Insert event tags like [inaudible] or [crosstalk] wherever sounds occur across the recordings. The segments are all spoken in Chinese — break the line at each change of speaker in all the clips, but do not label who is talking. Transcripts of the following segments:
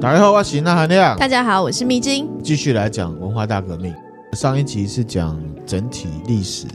大家好，我是那含亮。
大家好，我是蜜晶。
继续来讲文化大革命。上一集是讲整体历史，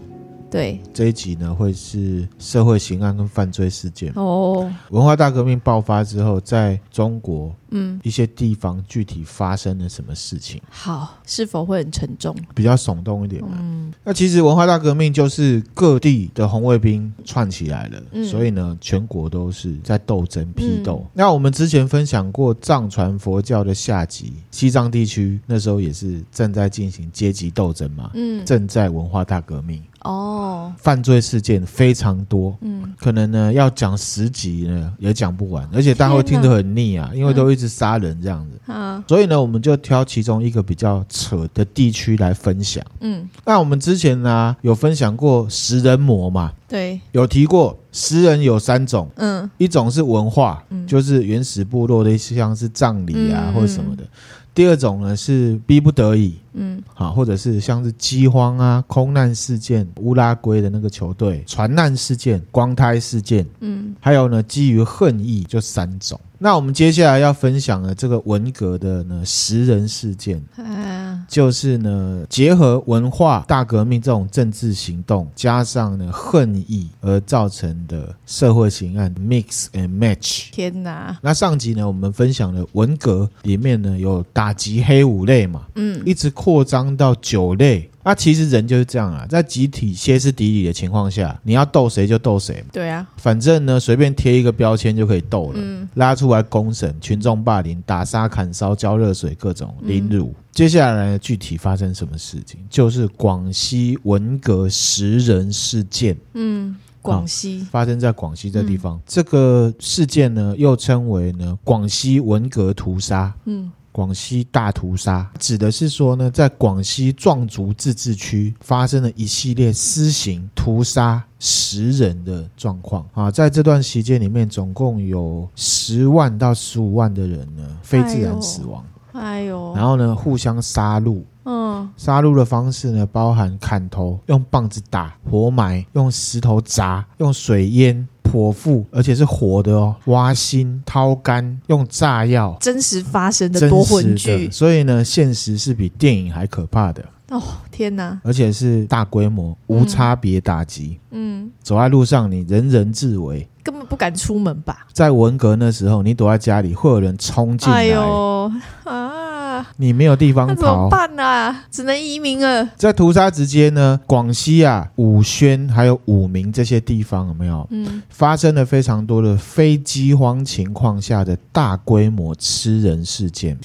对，
这一集呢会是社会刑案跟犯罪事件。
哦，
文化大革命爆发之后，在中国
嗯，
一些地方具体发生了什么事情，
好，是否会很沉重？
比较耸动一点嘛。
嗯，
那其实文化大革命就是各地的红卫兵串起来了，
嗯
所以呢，全国都是在斗争批斗。
嗯
那我们之前分享过藏传佛教的下级西藏地区，那时候也是正在进行阶级斗争嘛，
嗯，
正在文化大革命，
哦，
犯罪事件非常多。
嗯，
可能呢，要讲十集呢也讲不完，而且大家会听得很腻啊，因为都一直杀人这样子。
啊，
所以呢，我们就挑其中一个比较扯的地区来分享。
嗯，
那我们之前呢、有分享过食人魔嘛，
对，
有提过食人有三种，
嗯，
一种是文化，
嗯
就是原始部落的一些像是葬礼啊、
嗯
或者什么的；第二种呢是逼不得已。
嗯，
啊，或者是像是饥荒啊、空难事件、乌拉圭的那个球队船难事件、光胎事件，
嗯，
还有呢基于恨意，就三种。那我们接下来要分享的这个文革的呢食人事件，
啊，
就是呢，结合文化大革命这种政治行动，加上呢恨意而造成的社会刑案 mix and match。
天哪，
那上集呢，我们分享了文革里面呢有打击黑五类嘛，
嗯，
一直扩张到九类。那其实人就是这样啊，在集体歇斯底里的情况下，你要斗谁就斗谁嘛，
对啊，
反正呢随便贴一个标签就可以斗了。
嗯，
拉出来公审、群众霸凌、打杀、砍烧、浇热水、各种
嗯
凌辱。接下来具体发生什么事情？就是广西文革食人事件
嗯，广西，
发生在广西这地方。这个事件呢，又称为呢广西文革屠杀。
嗯，
广西大屠杀指的是说呢，在广西壮族自治区发生了一系列私刑、屠杀、食人的状况啊。在这段期间里面，总共有十万到十五万的人呢非自然死亡，
哎呦，
然后呢互相杀戮。
嗯，
杀戮的方式呢，包含砍头、用棒子打、活埋、用石头砸、用水淹、剖腹，而且是活的哦，挖心、掏肝、用炸药、
真实发生的
真
多
实
混
的，
剧，
所以呢，现实是比电影还可怕的，
哦，天哪，
而且是大规模、无差别打击。
嗯，
走在路上，你人人自危。
根本不敢出门吧？
在文革那时候，你躲在家里，会有人冲进来，
哎呦，啊，
你没有地方
那怎么
逃。
办啊？只能移民了。
在屠杀之间呢，广西啊、武宣还有武鸣这些地方，有没有
嗯，
发生了非常多的非饥荒情况下的大规模吃人事件？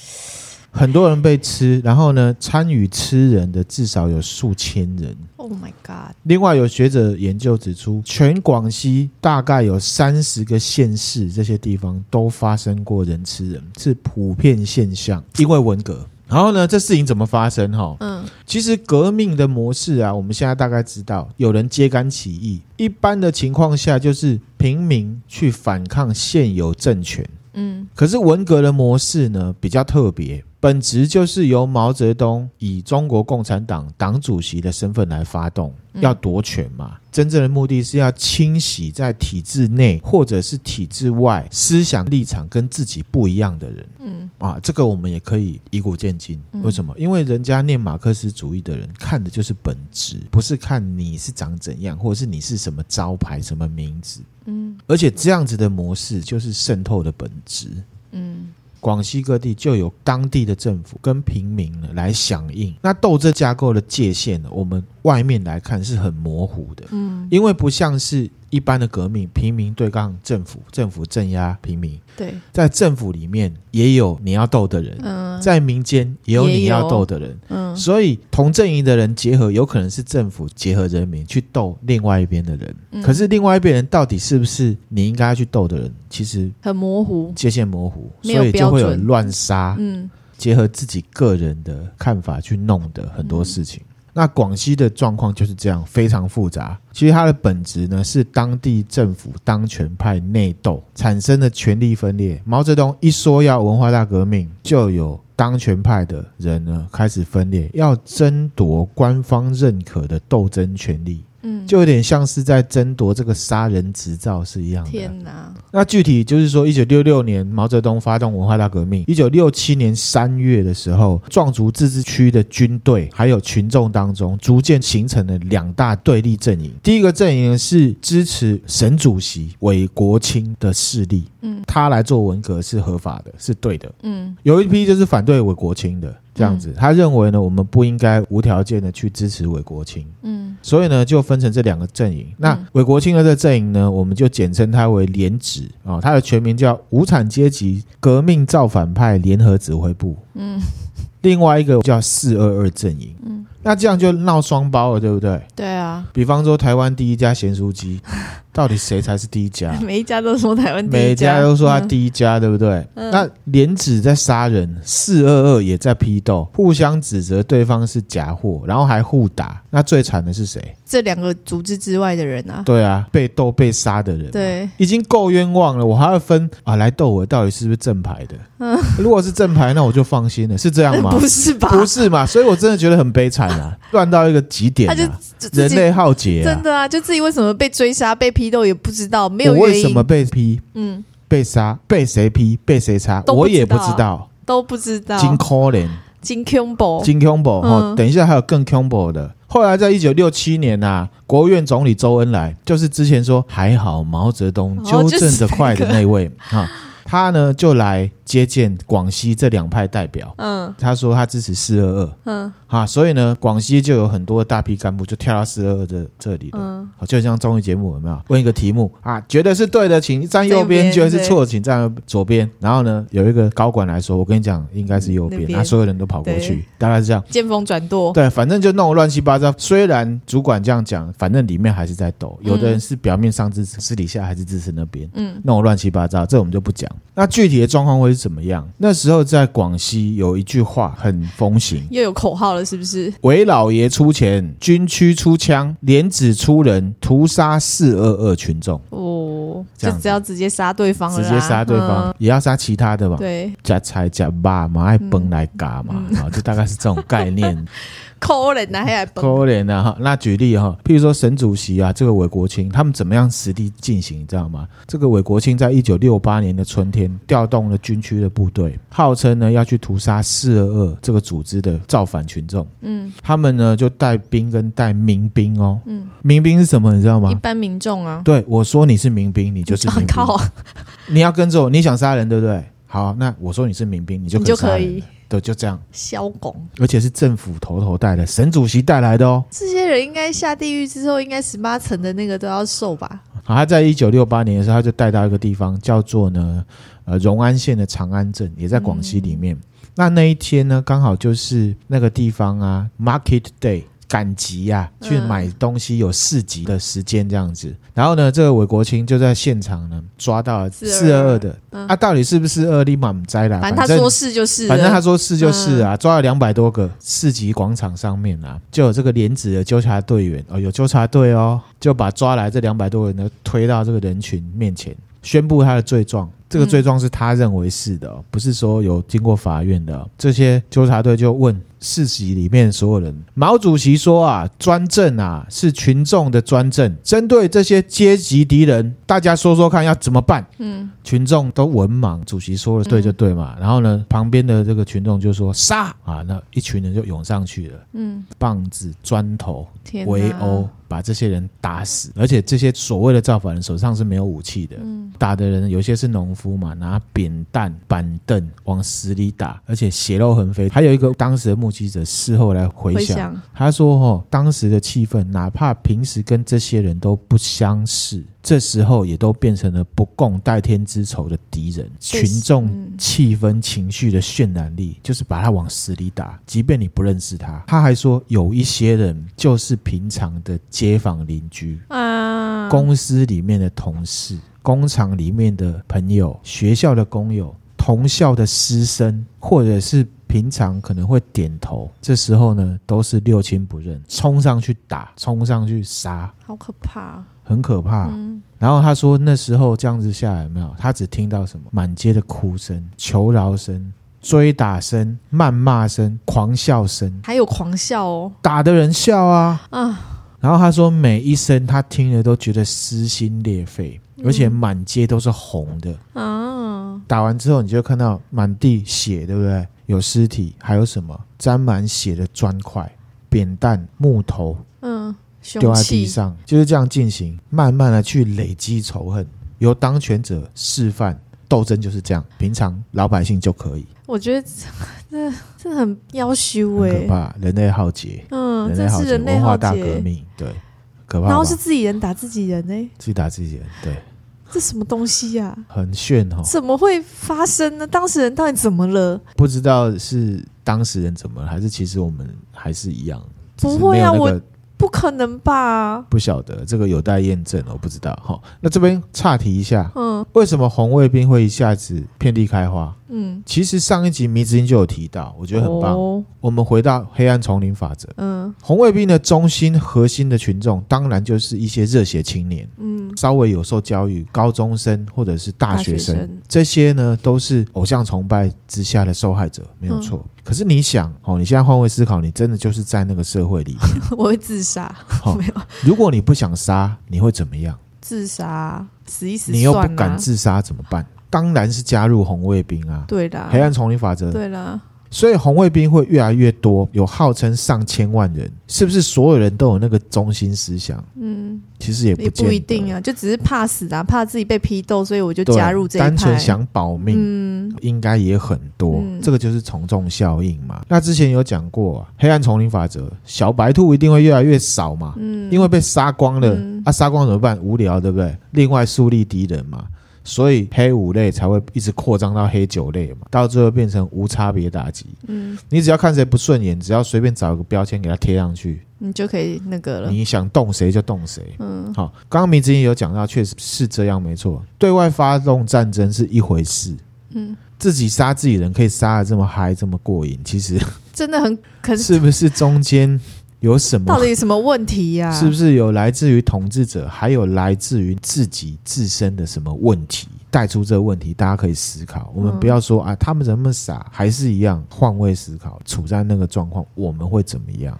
很多人被吃，然后呢，参与吃人的至少有数千人。
Oh my god！
另外，有学者研究指出，全广西大概有三十个县市，这些地方都发生过人吃人，是普遍现象，因为文革。然后呢，这事情怎么发生？哈，
嗯
其实革命的模式啊，我们现在大概知道，有人揭竿起义，一般的情况下就是平民去反抗现有政权。
嗯
可是文革的模式呢比较特别，本质就是由毛泽东以中国共产党党主席的身份来发动，
嗯
要夺权嘛。真正的目的是要清洗在体制内或者是体制外思想立场跟自己不一样的人
嗯
啊。这个我们也可以以古见今。
嗯
为什么？因为人家念马克思主义的人看的就是本质，不是看你是长怎样，或者是你是什么招牌、什么名字。
嗯
而且这样子的模式就是渗透的本质。
嗯
广西各地就有当地的政府跟平民呢来响应。那斗争架构的界限呢，我们外面来看是很模糊的，
嗯，
因为不像是一般的革命，平民对抗政府，政府镇压平民，
对，
在政府里面也有你要斗的人，
嗯
在民间也有你
也有
要斗的人。
嗯
所以同阵营的人结合，有可能是政府结合人民去斗另外一边的人。
嗯
可是另外一边人到底是不是你应该要去斗的人，其实
很模糊。
界限模糊，
没有
所以就会有
标准
乱杀，
嗯
结合自己个人的看法去弄的很多事情。那广西的状况就是这样，非常复杂。其实它的本质呢是当地政府当权派内斗产生的权力分裂。毛泽东一说要文化大革命，就有当权派的人呢开始分裂，要争夺官方认可的斗争权利。
嗯，
就有点像是在争夺这个杀人执照是一样的。
天哪，
那具体就是说，一九六六年毛泽东发动文化大革命，一九六七年三月的时候，壮族自治区的军队还有群众当中，逐渐形成了两大对立阵营。第一个阵营是支持省主席韦国清的势力，
嗯
他来做文革是合法的，是对的。
嗯
有一批就是反对韦国清的这样子，他认为呢，我们不应该无条件的去支持韦国清。
嗯
所以呢，就分成这两个阵营。那
嗯
韦国清的这阵营呢，我们就简称它为联指啊、哦，它的全名叫无产阶级革命造反派联合指挥部。
嗯，
另外一个叫四二二阵营。
嗯，
那这样就闹双包了，对不对？
对啊，
比方说，台湾第一家咸酥
[laughs]
鸡，到底谁才是第一家？
每一家都说台湾第一
啊每家都说他
一，
第一家，对不对？
嗯
那莲子在杀人，四二二也在批斗，互相指责对方是假货，然后还互打。那最惨的是谁？
这两个组织之外的人啊，
[laughs] 对啊，被斗被杀的人嘛，
对，
已经够冤枉了，我还要分啊来斗我到底是不是正牌的？
嗯
[laughs] 如果是正牌，那我就放心了，是这样吗？
[laughs] 不是啊吧？
不是嘛？所以我真的觉得很悲惨
[laughs]
啊，乱到一个极点
他就
啊，
自自
人
己
类浩劫啊
真！的啊，就自己为什么被追杀、被批斗也不知道，没有
我
原
为
因，
什么被批、
嗯，
被杀、被谁批、被谁杀，
都不
我
知道啊啊
也不知道。
都不知道。
金 c o l i n
金 combo，
金 combo 哦，
嗯
等一下还有更 combo 的。后来在一九六七年呐、国务院总理周恩来，就是之前说还好毛泽东
哦
纠正
就是
的
那
快的
个
那位哈、他呢就来接见广西这两派代表。
嗯
他说他支持四二二
嗯
哈，所以呢，广西就有很多大批干部就跳到四二二的这里了。
嗯，
好，就像综艺节目有没有问一个题目啊？觉得是对的，请站右边；
站右边
觉得是错，请站左边。然后呢，有一个高管来说：“我跟你讲，应该是右边
嗯那。”边
那所有人都跑过去
对，
大概是这样。
见风转舵，
对，反正就弄得乱七八糟。虽然主管这样讲，反正里面还是在斗。有的人是表面上支持，私底下还是支持那边，
嗯
弄得乱七八糟。这我们就不讲。那具体的状况会是怎么样？那时候在广西有一句话很风行。
[laughs] 又有口号了，是不是？
韦老爷出钱，军区出枪，连指出人，屠杀四二二群众，
哦，
这
就
样子
只要直接杀对方了
直
啦，
接杀对方，也要杀其他的嘛
嗯。，对，嗯
加菜加骂嘛，爱崩来嘎嘛，啊、就大概是这种概
[laughs]
念。
扣人呐，还来崩，
可怜啊！哈，那举例哈，譬如说沈主席啊，这个韦国清，他们怎么样实地进行，你知道吗？这个韦国清在一九六八年的春天，调动了军区的部队，号称呢要去屠杀四二二这个组织的造反群众。
嗯
他们呢就带兵跟带民兵哦，
嗯，
民兵是什么？你知道
一
吗？
般民众啊，
对，我说你是民兵，你就是民
很
兵。
[laughs] 靠，
你要跟着我，你想杀人对不对？好，那我说你是民兵，你就
你就
杀
可
人
以
了对，就这样，
消拱。
而且是政府头头带的，沈主席带来的哦。
这些人应该下地狱之后，应该十八层的那个都要受吧？
好，他在一九六八年的时候，他就带到一个地方，叫做呢，呃，荣安县的长安镇，也在广西里
嗯
面。那那一天呢，刚好就是那个地方啊，Market Day。赶集啊，去
嗯
买东西有市集的时间这样子。然后呢，这个韦国清就在现场呢抓到了四二二的，
嗯
啊，到底是不是二立满栽啦？
反正他说是就是啊
啊
了，
反正他说是就是啊，抓了两百多个市集广场上面啊，就有这个莲子的纠察队员哦，有纠察队哦，就把抓来这两百多人呢推到这个人群面前，宣布他的罪状。这个罪状是他认为是的、哦，不是说有经过法院的哦、这些纠察队就问市集里面所有人，毛主席说啊，专政啊是群众的专政，针对这些阶级敌人，大家说说看要怎么办？
嗯
群众都文盲，主席说了对就对嘛。然后呢，旁边的这个群众就说杀啊，那一群人就涌上去了，
嗯，
棒子、砖头、
天哪
围殴，，把这些人打死。而且这些所谓的造反人手上是没有武器的，
嗯
打的人有些是农夫嘛，拿扁担、板凳往死里打，而且血肉横飞。还有一个当时的目击者事后来回
回
想，
想
他说、哦：“当时的气氛，哪怕平时跟这些人都不相识，这时候也都变成了不共戴天之仇的敌人。
对
群众
嗯
气氛、情绪的渲染力，就是把他往死里打，即便你不认识他。”他还说，有一些人就是平常的街坊邻居、
啊，
公司里面的同事、工厂里面的朋友、学校的工友、同校的师生，或者是平常可能会点头，这时候呢都是六亲不认，冲上去打，冲上去杀，
好可怕，
很可怕。
嗯
然后他说那时候这样子下来有没有，他只听到什么满街的哭声、求饶声、追打声、谩骂声、狂笑声，
还有狂笑哦，
打的人笑啊，
啊，
然后他说，每一声他听了都觉得撕心裂肺，
嗯
而且满街都是红的。
啊，
打完之后，你就看到满地血，对不对？有尸体，还有什么沾满血的砖块、扁担、木头
嗯，
丢
凶
在地
器，
上，就是这样进行，慢慢的去累积仇恨，由当权者示范。斗争就是这样，平常老百姓就可以，
我觉得这这很要羞
很可
哎，
怕。人类浩劫，
嗯，
人
这
类浩
是
劫，
人类
文
浩
化大革
劫，
命，对，可怕吧。
然后是自己人打自己人呢，
自己打自己人，对，
这什么东西呀？
很炫哦。
怎么会发生呢？当事人到底怎么了？
不知道是当事人怎么了，还是其实我们还是一样，
不会啊
只是没有那个
不可能吧？
不晓得，这个有待验证，我不知道。哈，那这边岔题一下，
嗯
为什么红卫兵会一下子遍地开花？
嗯，
其实上一集迷之音就有提到，我觉得很棒。
哦
我们回到黑暗丛林法则，
嗯
红卫兵的中心核心的群众，当然就是一些热血青年。
嗯 [laughs]
稍微有受教育，高中生或者是大学生，
大学生
这些呢都是偶像崇拜之下的受害者，没有错。
嗯
可是你想哦，你现在换位思考，你真的就是在那个社会里
[laughs]
面。
我会自杀，
哦
没有
如果你不想杀，你会怎么样？
自杀，死一死
你又不
算啊啦
敢自杀怎么办？当然是加入红卫兵啊，
对啦，
黑暗丛林法则。
对啦，
所以红卫兵会越来越多，有号称上千万人，是不是所有人都有那个中心思想？
嗯，
其实也不
也
见
不
得
一定啊，就只是怕死啊，怕自己被批斗，所以我就
对啊
加入这一派。
单纯想保命，
嗯
应该也很多，
嗯
这个就是从众效应嘛。那之前有讲过、啊、黑暗丛林法则，小白兔一定会越来越少嘛，
嗯，
因为被杀光了，
嗯
啊，杀光怎么办？无聊，对不对？另外树立敌人嘛，所以黑五类才会一直扩张到黑九类嘛，到最后变成无差别打击。
嗯，
你只要看谁不顺眼，只要随便找一个标签给他贴上去，
你就可以那个了。
你想动谁就动谁。
嗯
好，刚刚明之前有讲到，确实是这样，没错。对外发动战争是一回事，
嗯，
自己杀自己人可以杀的这么嗨，这么过瘾，其实
真的很，可是
是不是中间有什
到
么？
底有什么问题呀、
是不是有来自于统治者，还有来自于自己自身的什么问题？带出这个问题，大家可以思考。我们
嗯
不要说啊，他们怎么傻，还是一样换位思考，处在那个状况，我们会怎么样？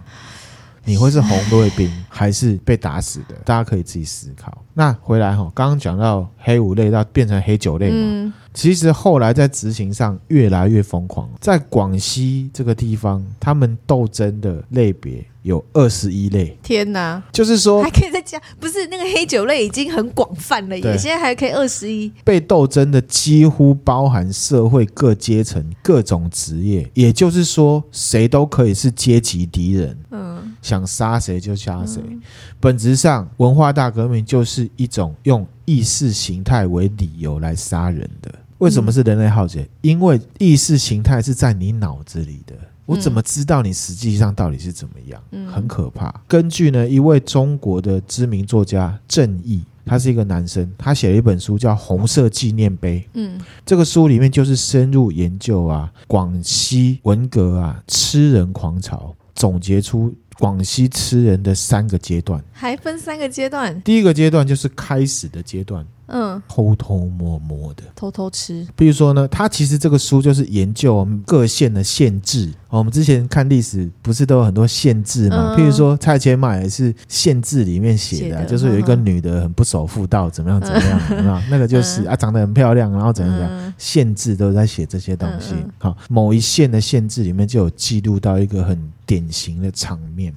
你会是红卫兵，还是被打死的？大家可以自己思考。那回来哈，刚刚讲到黑五类到变成黑九类嘛，
嗯
其实后来在执行上越来越疯狂，在广西这个地方，他们斗争的类别有二十一类，
天哪，
就是说
还可以再加，不是那个黑酒类已经很广泛了耶，
对
现在还可以二十一。
被斗争的几乎包含社会各阶层、各种职业，也就是说，谁都可以是阶级敌人，
嗯，
想杀谁就杀谁。
嗯
本质上，文化大革命就是一种用意识形态为理由来杀人的。为什么是人类浩劫？因为意识形态是在你脑子里的。我怎么知道你实际上到底是怎么样？
嗯
很可怕。根据呢一位中国的知名作家郑义，他是一个男生，他写了一本书叫《红色纪念碑》。
嗯
这个书里面就是深入研究啊，广西文革啊，吃人狂潮，总结出广西吃人的三个阶段。
还分三个阶段。
第一个阶段就是开始的阶段，
嗯，
偷偷摸摸的。
偷偷吃。
比如说呢，他其实这个书就是研究我们各县的县制、哦。我们之前看历史不是都有很多县制嘛？
嗯
譬如说蔡千买也是县制里面写的啊、
写的
就是有一个
嗯
女的很不守妇道，怎么样怎么样，有没有那个就是、啊长得很漂亮，然后怎样怎样。
嗯
县志都在写这些东西
嗯嗯。
好，某一县的县志里面就有记录到一个很典型的场面。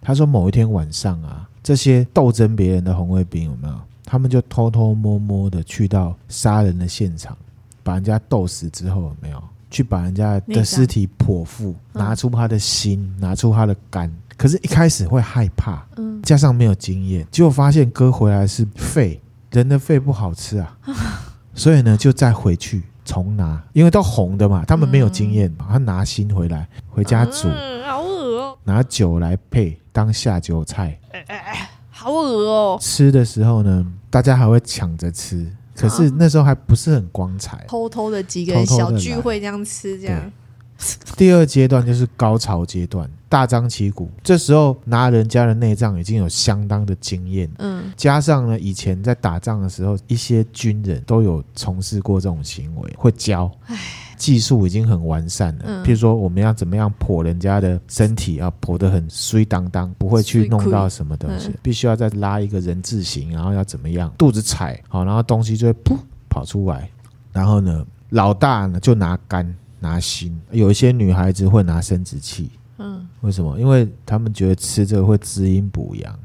他说某一天晚上啊，这些斗争别人的红卫兵有没有？他们就偷偷摸摸的去到杀人的现场，把人家斗死之后有没有？去把人家的
内脏
尸体剖腹，
嗯
拿出他的心，拿出他的肝。可是，一开始会害怕，
嗯，
加上没有经验，结果发现割回来是肺，人的肺不好吃啊，所以呢就再回去重拿，因为都红的嘛，他们没有经验嘛，他拿心回来回家煮，
嗯，好恶哦、
拿酒来配当下酒菜，
好恶哦、
吃的时候呢，大家还会抢着吃，可是那时候还不是很光彩。
偷偷的几个人
偷偷
小
地来
聚会这样吃，这样
第二阶段就是高潮阶段，大张旗鼓，这时候拿人家的内脏已经有相当的经验了。
嗯
加上呢，以前在打仗的时候，一些军人都有从事过这种行为，会教，技术已经很完善了。
嗯
譬如说，我们要怎么样剖人家的身体啊，剖得很碎当当，不会去弄到什么东西，
嗯
必须要再拉一个人字形，然后要怎么样，肚子踩好，然后东西就会噗跑出来。然后呢，老大呢就拿肝拿心，有一些女孩子会拿生殖器，
嗯，
为什么？因为他们觉得吃这个会滋阴补
[laughs]
阳，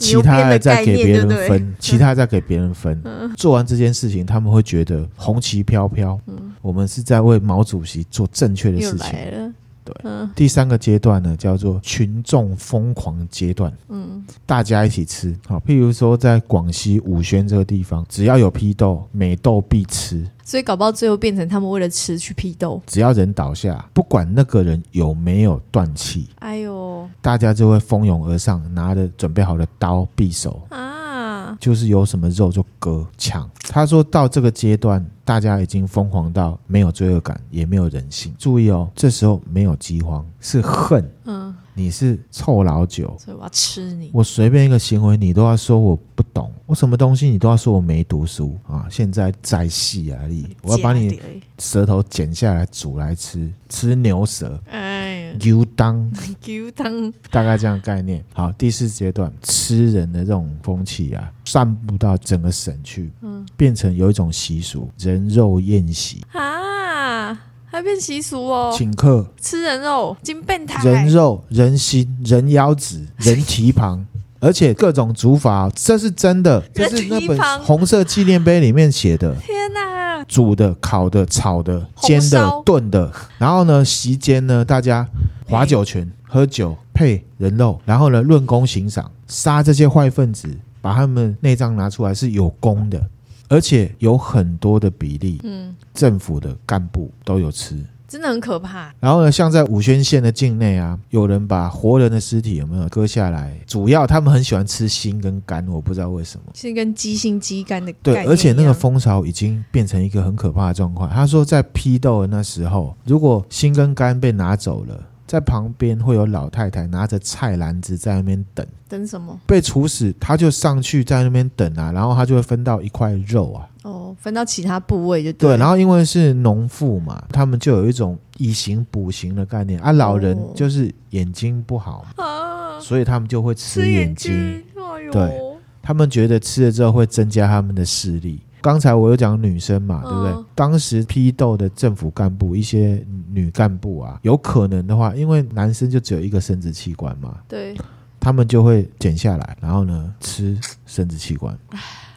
你
其
又
他
变
的
了
再
概
给
念
别人
对不对嗯
分，其他再给别人分。做完这件事情，他们会觉得红旗飘飘，我们是在为毛主席做正确的
嗯又
事情。
来了，
对
嗯
第三个阶段呢，叫做群众疯狂阶段，
嗯
大家一起吃。好，譬如说在广西武宣这个地方，只要有批斗，每斗必吃。
所以搞不好最后变成他们为了吃去批斗，
只要人倒下，不管那个人有没有断气，
哎呦
大家就会蜂拥而上，拿着准备好的刀、匕首，
啊，
就是有什么肉就割抢。他说到这个阶段，大家已经疯狂到没有罪恶感，也没有人性。注意哦，这时候没有饥荒，是恨，
嗯，
你是臭老九。
所以我要吃你，
我随便一个行为，你都要说我不懂，我什么东西你都要说我没读书啊！现在在戏而已，我要把你
加点
舌头剪下来煮来吃，吃牛舌、
哎呀，
牛当，
牛汤，
大概这样的概念。好，第四阶段吃人的这种风气啊，散布到整个省去，
嗯
变成有一种习俗，人肉宴席，
啊，还变习俗哦，
请客，
吃人肉，金变态，
人肉、人心、人腰
[laughs]
子、人蹄膀。而且各种煮法哦，这是真的，这
人
是那
蹄
本
膀
红色纪念碑里面写的，
天哪、
煮的、烤的、炒的、
红
煎的
烧、
炖的。然后呢，席间呢，大家划酒拳、喝酒配人肉，然后呢，论功行赏，杀这些坏分子，把他们内脏拿出来是有功的，而且有很多的比例，
嗯，
政府的干部都有吃。
真的很可怕，
然后呢，像在武宣县的境内啊，有人把活人的尸体有没有割下来？主要他们很喜欢吃心跟肝，我不知道为什么。
是跟鸡心鸡肝的概
对，
念
而且那个
一样
风潮已经变成一个很可怕的状况。他说，在批斗的那时候，如果心跟肝被拿走了，在旁边会有老太太拿着菜篮子在那边等，
等什么？
被处死，他就上去在那边等啊，然后他就会分到一块肉啊。
哦，分到其他部位就
对，
了
然后因为是农妇嘛，他们就有一种以形补形的概念啊。老人
哦
就是眼睛不好，
啊，
所以他们就会吃
吃
眼
眼
睛。
睛，哎呦，
对他们觉得吃了之后会增加他们的视力。刚才我有讲女生嘛，对
嗯
不对？当时批斗的政府干部，一些女干部啊，有可能的话，因为男生就只有一个生殖器官嘛，
对，
他们就会剪下来，然后呢吃生殖器官，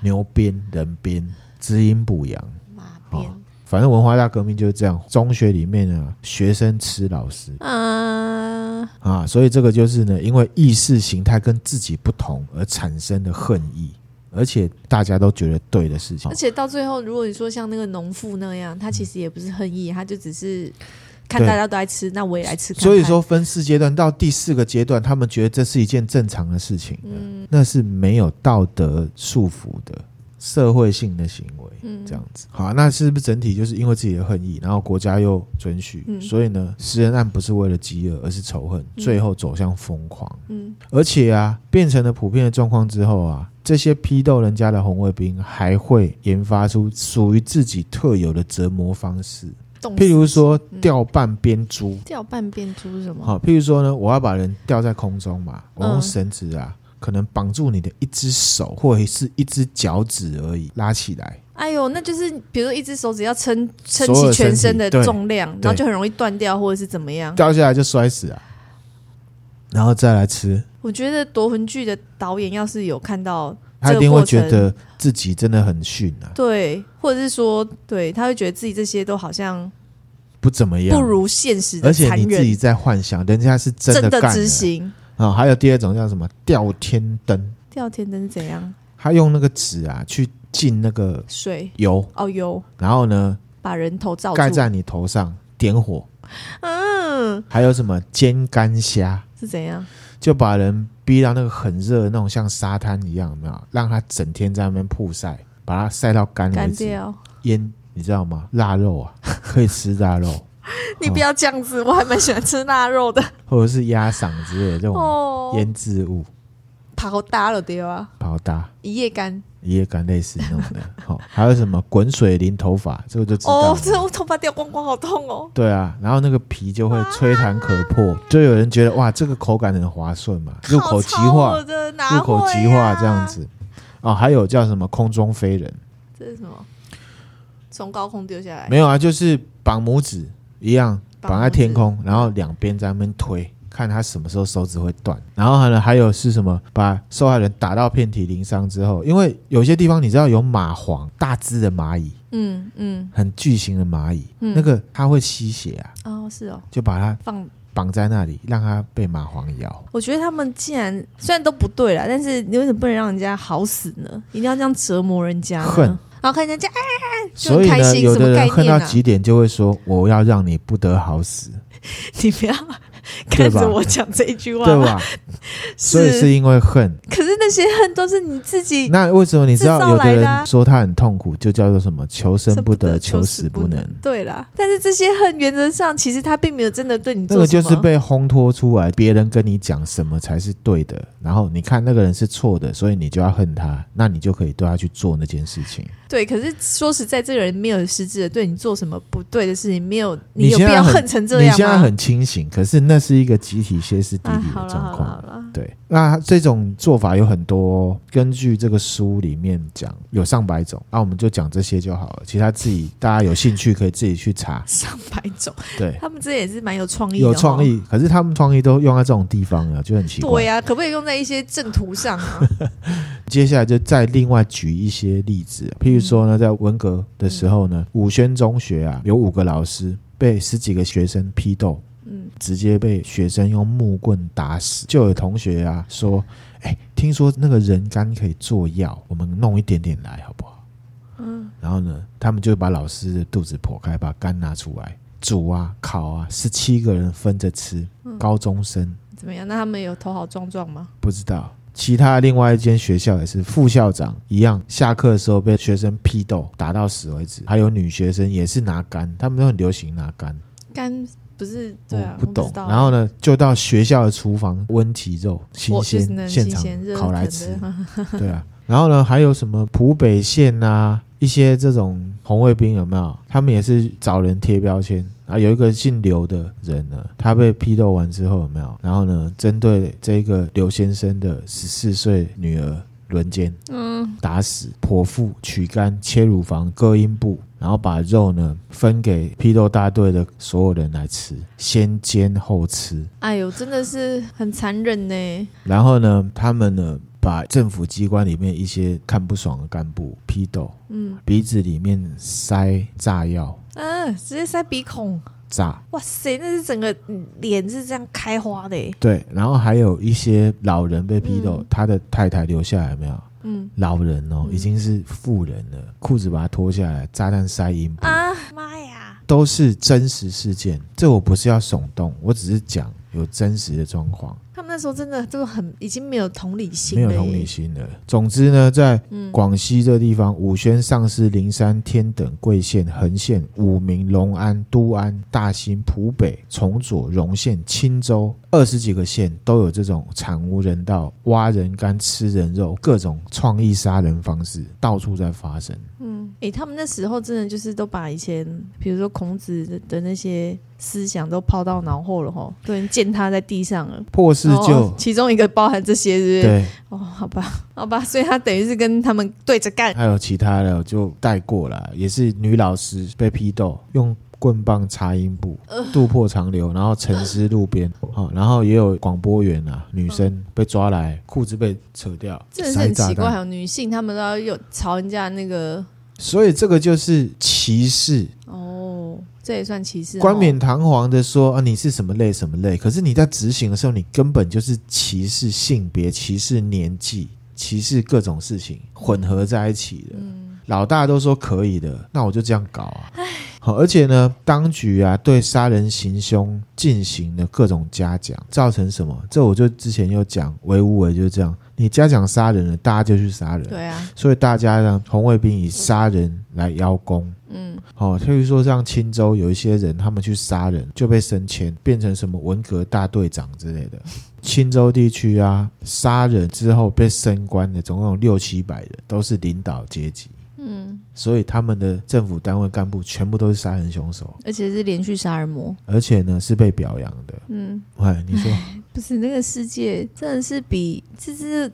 牛鞭、人鞭，滋阴补阳。
马
哦
鞭，
反正文化大革命就是这样，中学里面呢，学生吃老师
啊，
啊，所以这个就是呢，因为意识形态跟自己不同而产生的恨意，而且大家都觉得对的事情
而。且到最后，如果你说像那个农妇那样，她其实也不是恨意，她就只是看
对
大家都爱吃，那我也来吃看看。
所以说，分四阶段到第四个阶段，他们觉得这是一件正常的事情，
嗯
那是没有道德束缚的社会性的行为。
嗯，
这样子，好，那是不是整体就是因为自己的恨意，然后国家又准许，
嗯
所以呢，食人案不是为了饥饿，而是仇恨，最后走向疯狂。
嗯，
而且啊，变成了普遍的状况之后啊，这些批斗人家的红卫兵还会研发出属于自己特有的折磨方式，
冻
譬如
死
说
嗯
吊半边猪。
掉半边猪是什么？
好，譬如说呢，我要把人吊在空中嘛，我用
嗯
绳子啊，可能绑住你的一只手或者是一只脚趾而已，拉起来。
哎呦，那就是比如说一只手指要撑撑
所有
起
的身
全
体
身的
对
重量，然后
对
就很容易断掉或者是怎么样。
掉下来就摔死啊，然后再来吃，
我觉得夺魂剧的导演要是有看到
他
这
一
个
定会
过
觉
程
得自己真的很逊啊，
对，或者是说对，他会觉得自己这些都好像
不怎么样
不。如现实
而
的
且
残
你自己
忍，
在幻想，人家是真
真
的
的
干
执
的
行。
啊、还有第二种叫什么吊天灯，
掉天灯是怎样？
他用那个纸啊去浸那个
水
油，
哦有
然后呢
把人头罩
盖
住，
在你头上点火。
嗯，
还有什么煎干虾，
是怎样？
就把人逼到那个很热的那种像沙滩一样，有没有？让他整天在那边曝晒，把它晒到干为
干
止。
掉？
腌，你知道吗？腊肉啊， [laughs] 可以吃腊肉，
你不要这样子，我还蛮喜欢吃腊肉的
或者是鸭嗓之类的这种
哦。
腌制物。
跑大了对啊，
跑大
一夜干
一夜干类似那种的。好、还有什么滚水淋头发，这个就知道
哦
了，
这我头发掉光光，好痛哦。
对啊，然后那个皮就会吹弹可破，
啊
就有人觉得哇，这个口感很滑顺嘛，入口即化，
我哦的啊拿
入口即化这样。子。哦，还有叫什么空中飞人？
这是什么？从高空丢下来？
没有啊，就是绑拇指一样，
哎绑
绑在
拇指
天空，然后两边在那边推，看他什么时候手指会断。然后呢，还有是什么？把受害人打到遍体鳞伤之后，因为有些地方你知道有蚂蟥，大只的蚂蚁，
嗯嗯，
很巨型的蚂蚁，
嗯
那个它会吸血啊，
哦是哦，
就把它
放。
绑在那里，让它被蚂蟥咬。
我觉得他们既然虽然都不对啦，但是你为什么不能让人家好死呢？一定要这样折磨人家呢？
恨
然后看人家哎，嗯就
所
很
以
开
呢，
心
有的
什么概
人
念啊
恨到极点就会说：“我要让你不得好死，
你不要
对
看
吧
着我讲这一句话，
对吧？”所以是因为恨。
可是那些恨都是你自己
那为什么你知
制
道
造
有的
来的啊
人说他很痛苦，就叫做什么“求生
生
不得，
求
求死不能
对啦，但是这些恨原则上其实他并没有真的对你”？
那
做
个
什么，
就是被烘托出来，别人跟你讲什么才是对的，然后你看那个人是错的，所以你就要恨他，那你就可以对他去做那件事情。
对。可是说实在，这个人没有实质的对你做什么不对的事情，没有
你
有
现
必
在
要
很
恨成这
你
样吗？
现在很清醒，可是那是一个集体歇斯底
啊，
里
好
的
了
状
好了
况。
好了，
对，那这种做法有很多哦，根据这个书里面讲有上百种，那我们就讲这些就好了。其他自己大家有兴趣可以自己去查。
上百种，
[laughs] 对，
他们这也是蛮有创意的，哦
有创。意，可是他们创意都用在这种地方了，就很奇怪。
对啊呀、可不可以用在一些正途上啊？
接下来就再另外举一些例子，譬如说呢，在文革的时候
嗯
呢，武宣中学啊，有五个老师被十几个学生批斗，
嗯，
直接被学生用木棍打死。就有同学啊说：“哎、听说那个人干可以做药，我们弄一点点来好不好？”嗯，然后呢，他们就把老师的肚子剖开，把肝拿出来煮啊、烤啊，十七个人分着吃，高中生
怎么样？那他们有头好壮壮吗？
不知道。其他另外一间学校也是副校长一样，下课的时候被学生批斗打到死为止。还有女学生也是拿杆，他们都很流行拿杆，
干不是对啊，
我不
我
懂
知。道
然后呢，就到学校的厨房温起肉，新
我就是
鲜
能
现
新
场
鲜热
烤来
腾
吃
的，
对啊。然后呢，还有什么浦北县啊，一些这种红卫兵有没有？他们也是找人贴标签啊。有一个姓刘的人呢，他被批斗完之后有没有？然后呢，针对这个刘先生的十四岁女儿轮奸，
[laughs] 嗯，
打死、剖腹、取肝、切乳房、割阴部，然后把肉呢分给批斗大队的所有人来吃，先煎后吃。
哎呦，真的是很残忍呢。
然后呢，他们呢把政府机关里面一些看不爽的干部批斗，
嗯
鼻子里面塞炸药
嗯、啊，直接塞鼻孔，
炸，
哇塞，那是整个脸是这样开花的耶。
对，然后还有一些老人被批斗，
嗯
他的太太留下来没有？
嗯
老人哦，
嗯
已经是妇人了，裤子把他脱下来，炸弹塞阴部，
啊，妈呀！
都是真实事件。这我不是要耸动，我只是讲有真实的状况，
他们那时候真的就很已经没有同理心
没
了，
有同理。心的。总之呢，在
嗯，
广西这地方，武宣、上师、灵山、天等、贵县、横县、武鸣、隆安、都安、大兴、浦北、崇左、荣县、钦州，二十几个县都有这种惨无人道、挖人肝、吃人肉，各种创意杀人方式，到处在发生。
嗯，诶，他们那时候真的就是都把以前，比如说孔子的的那些思想都抛到脑后了吼，都已经践踏在地上了。
破四
然
旧
后，其中一个包含这些，是哦不是？
对，
哦，好吧，好吧，所以他等于是跟他们对着
[laughs]
干。
还有其他的我就带过了，也是女老师被批斗，用棍棒插阴部，
呃
渡破长流，然后沉尸路边。 [laughs] 好、然后也有广播员啊，女生被抓来，裤子被扯掉，
真的是
塞
很
炸
奇怪，还
弹。
有女性，她们都要有朝人家那个
所以这个就是歧视，
哦，这也算歧视哦。
冠冕堂皇的说啊你是什么类什么类，可是你在执行的时候，你根本就是歧视性别、歧视年纪、歧视各种事情混合在一起的。
嗯，
老大都说可以的，那我就这样搞啊。好，而且呢，当局啊对杀人行凶进行了各种嘉奖，造成什么？这我就之前有讲，唯无为就是这样，你嘉奖杀人了，大家就去杀人，
对啊，
所以大家让红卫兵以杀人来邀功。
嗯，
哦，譬如说像青州有一些人，他们去杀人就被升迁，变成什么文革大队长之类的，青州地区啊，杀人之后被升官的总共有六七百人，都是领导阶级。
嗯，
所以他们的政府单位干部全部都是杀人凶手，
而且是连续杀人魔。
而且呢是被表扬的。
嗯，
哎，你说
不是那个世界真的是比就是。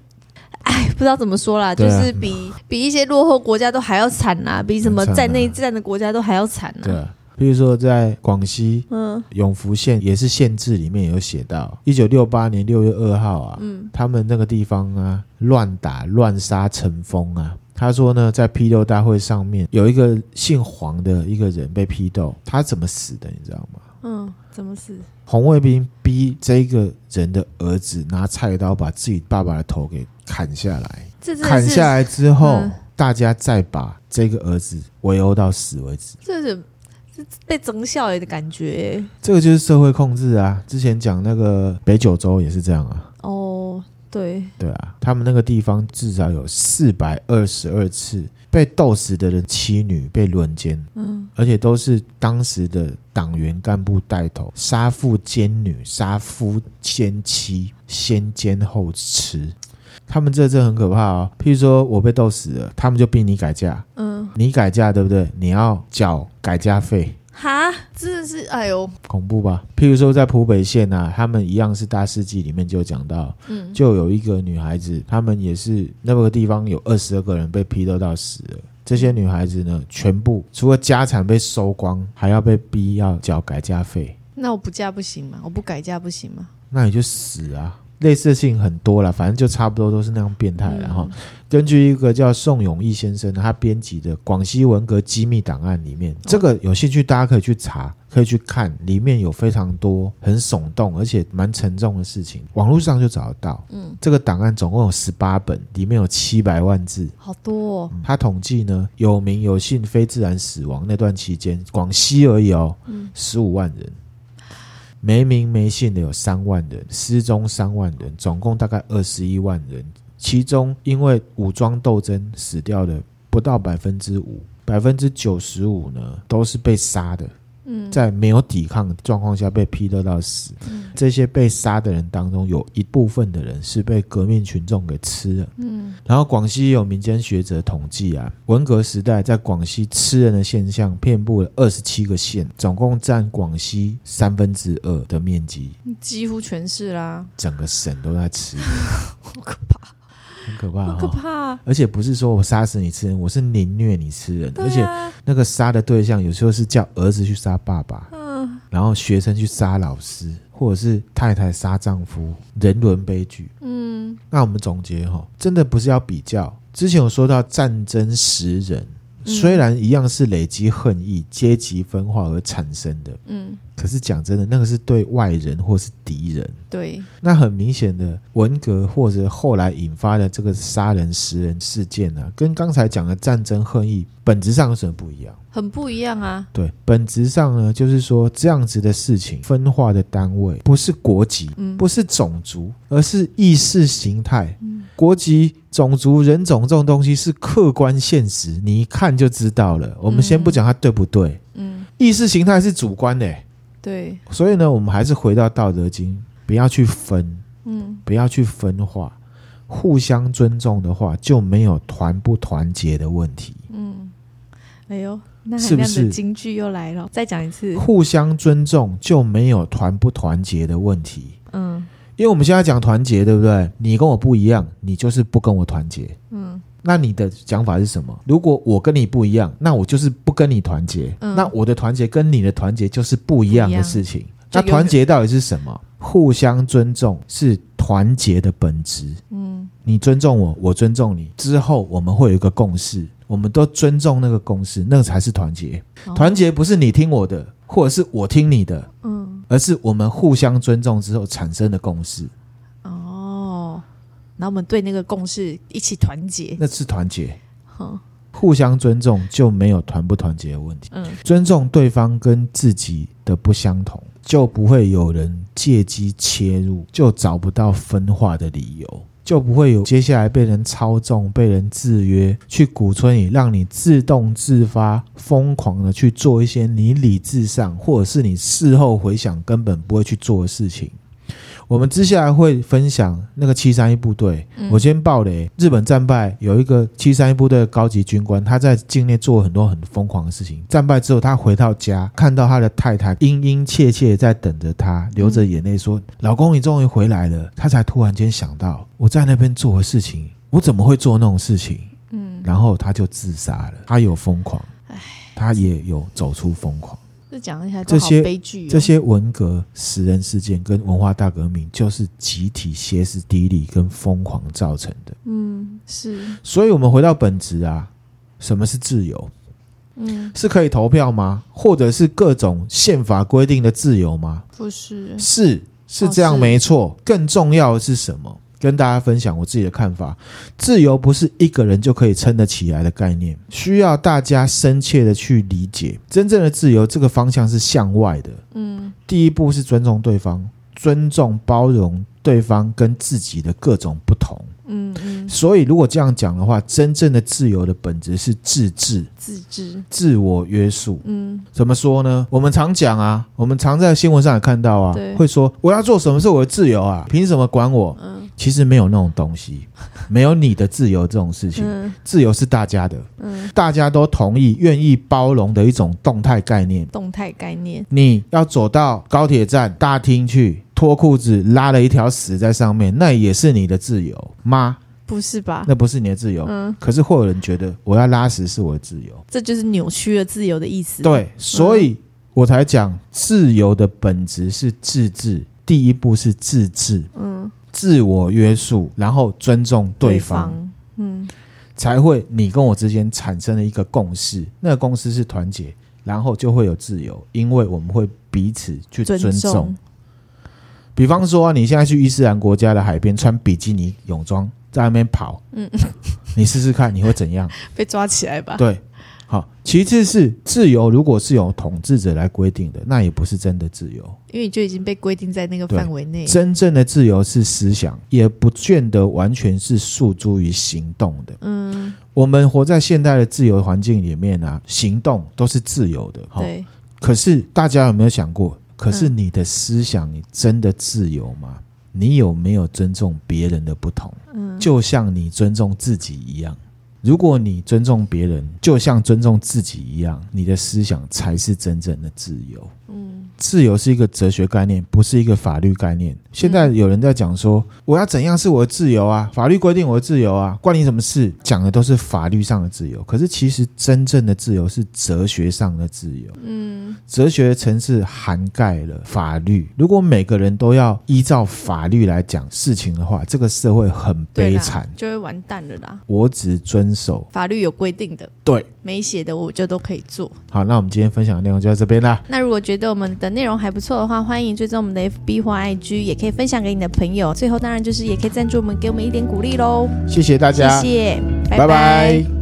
哎，不知道怎么说啦，
对
就
啊
是比比一些落后国家都还要惨啦，比什么
很惨啊
在内战的国家都还要惨
对
啦。
啊？比如说在广西
嗯
永福县也是县志里面有写到，一九六八年六月二号啊，
嗯
他们那个地方啊，乱打乱杀成风啊。他说呢，在批斗大会上面有一个姓黄的一个人被批斗，他怎么死的，你知道吗？
嗯，怎么死？
红卫兵逼这个人的儿子拿菜刀把自己爸爸的头给砍下来，
这真的
砍
是
下来之后，
嗯
大家再把这个儿子围殴到死为止。
这是这是被整笑的感觉
这个就是社会控制啊！之前讲那个北九州也是这样啊，
哦。对，
对啊，他们那个地方至少有四百二十二次被斗死的人，妻女被轮奸，
嗯，
而且都是当时的党员干部带头杀父奸女、杀夫奸妻，先奸后吃。他们这真的很可怕哦。譬如说我被斗死了，他们就逼你改嫁，
嗯，
你改嫁对不对？你要缴改嫁费，
哈，真的是，哎呦，
恐怖吧？譬如说在浦北县啊，他们一样是大世纪里面就有讲到，
嗯，
就有一个女孩子，她们也是那个地方有二十二个人被批斗到死了。这些女孩子呢，全部除了家产被收光，还要被逼要缴改嫁费，
那我不嫁不行吗？我不改嫁不行吗？
那你就死啊！类似的事情很多啦，反正就差不多都是那样变态啦。然后、
嗯
根据一个叫宋永义先生的他编辑的《广西文革机密档案》里
哦
面，这个有兴趣大家可以去查，可以去看，里面有非常多很耸动而且蛮沉重的事情，网络上就找得到。
嗯，
这个档案总共有十八本，里面有七百万字。
好多、哦，
嗯他统计呢，有名有姓非自然死亡那段期间，广西而已哦
嗯，
十五万人。没名没姓的有三万人，失踪三万人，总共大概二十一万人。其中因为武装斗争死掉的不到百分之五，百分之九十五呢都是被杀的，
嗯，
在没有抵抗的状况下被批斗到死。
嗯
这些被杀的人当中，有一部分的人是被革命群众给吃了。
嗯
然后广西有民间学者统计啊，文革时代在广西吃人的现象遍布了二十七个县，总共占广西三分之二的面积，
几乎全是啦，
整个省都在吃人，
好可怕，
很可怕、
好可
哦。
怕、啊，
而且不是说我杀死你吃人，我是凌虐你吃人，而
对
且
啊，
那个杀的对象有时候是叫儿子去杀爸
[laughs]
爸，
嗯
然后学生去杀老师，或者是太太杀丈夫，人伦悲剧。
嗯
那我们总结哈，真的不是要比较。之前有说到战争使人，
嗯
虽然一样是累积恨意、阶级分化而产生的，
嗯，
可是讲真的，那个是对外人或是敌人。
对，
那很明显的，文革或者后来引发的这个杀人食人事件呢、啊，跟刚才讲的战争恨意本质上有什么不一样？
很不一样啊，
对，本质上呢，就是说这样子的事情分化的单位不是国籍，
嗯
不是种族，而是意识形态。
嗯
国籍、种族、人种这种东西是客观现实，你一看就知道了。我们先不讲它对不对，
嗯，
意识形态是主观的欸、
对，
所以呢，我们还是回到《道德经》，不要去分，
嗯
不要去分化，互相尊重的话，就没有团不团结的问题。
嗯，哎呦，那
是
含
不
量
是
的金句又来了，再讲一次，
互相尊重就没有团不团结的问题。
嗯
因为我们现在讲团结，对不对？你跟我不一样，你就是不跟我团结。
嗯
那你的讲法是什么？如果我跟你不一样，那我就是不跟你团结。
嗯
那我的团结跟你的团结就是不一样的事情。
不一
那
样
团结到底是什么？互相尊重是团结的本质。
嗯
你尊重我，我尊重你，之后我们会有一个共识，我们都尊重那个共识，那才是团结。
哦
团结不是你听我的，或者是我听你的，
嗯
而是我们互相尊重之后产生的共识，
哦，然后我们对那个共识一起团结，
那是团结。
哼
互相尊重就没有团不团结的问题。
嗯
尊重对方跟自己的不相同，就不会有人借机切入，就找不到分化的理由，就不会有接下来被人操纵、被人制约，去鼓吹你，让你自动自发、疯狂的去做一些你理智上或者是你事后回想根本不会去做的事情。我们接下来会分享那个七三一部队。
嗯
我先爆雷，日本战败有一个七三一部队的高级军官，他在境内做了很多很疯狂的事情。战败之后，他回到家，看到他的太太殷殷切切地在等着他，流着眼泪说：“老公，你终于回来了。”他才突然间想到，我在那边做的事情，我怎么会做那种事情？
嗯，
然后他就自杀了。他有疯狂，他也有走出疯狂。
这讲一下
这
都好
些
悲剧、哦，
这些文革、食人事件跟文化大革命，就是集体歇斯底里跟疯狂造成的。
嗯是
所以，我们回到本质啊，什么是自由？
嗯
是可以投票吗？或者是各种宪法规定的自由吗？
不是
是，是
哦
这样
是
没错。更重要的是什么？跟大家分享我自己的看法，自由不是一个人就可以撑得起来的概念，需要大家深切的去理解。真正的自由，这个方向是向外的，
嗯
第一步是尊重对方，尊重包容对方跟自己的各种不同。
嗯嗯
所以，如果这样讲的话，真正的自由的本质是自治、
自知
自我约束。
嗯
怎么说呢？我们常讲啊，我们常在新闻上也看到啊
对，
会说我要做什么是我的自由啊，凭什么管我？
嗯
其实没有那种东
[laughs]
西，没有你的自由这种事情，
嗯
自由是大家的，
嗯
大家都同意、愿意包容的一种动态概念。
动态概念
你要走到高铁站大厅去，脱裤子拉了一条屎在上面，那也是你的自由吗？
不是吧？
那不是你的自由。
嗯，
可是会有人觉得我要拉屎是我的自由，
这就是扭曲了自由的意思。，
对，所以我才讲自由的本质是自治，第一步是自治，
嗯，
自我约束，然后尊重对方，
嗯
才会你跟我之间产生了一个共识，那个共识是团结，然后就会有自由，因为我们会彼此去
尊
尊重
重。
比方说、啊，你现在去伊斯兰国家的海边穿比基尼泳装在那边跑，
嗯
你试试看你会怎样？
被抓起来吧？
对，好。其次是自由，如果是由统治者来规定的，那也不是真的自由。
因为你就已经被规定在那个
对
范围内。
真正的自由是思想，也不见得完全是诉诸于行动的。
嗯，
我们活在现代的自由环境里面啊，行动都是自由的。好，
对，
可是大家有没有想过？可是
嗯
你的思想，你真的自由吗？你有没有尊重别人的不同？
嗯，
就像你尊重自己一样。如果你尊重别人，就像尊重自己一样，你的思想才是真正的自由。
嗯
自由是一个哲学概念，不是一个法律概念。现在有人在讲说，我要怎样是我的自由啊？法律规定我的自由啊，关你什么事？讲的都是法律上的自由，可是其实真正的自由是哲学上的自由。
嗯
哲学的层次涵盖了法律。如果每个人都要依照法律来讲事情的话，这个社会很
对
悲
啦
惨。
就会完蛋了啦。
我只遵守。
法律有规定的，
对，
没写的我就都可以做。
好，那我们今天分享的内容就到这边啦。
那如果觉得我们的内容还不错的话，欢迎追踪我们的 FB 或 IG，也可以分享给你的朋友。最后当然就是也可以赞助我们，给我们一点鼓励喽。
谢谢大
谢
家，
谢，
拜
拜
拜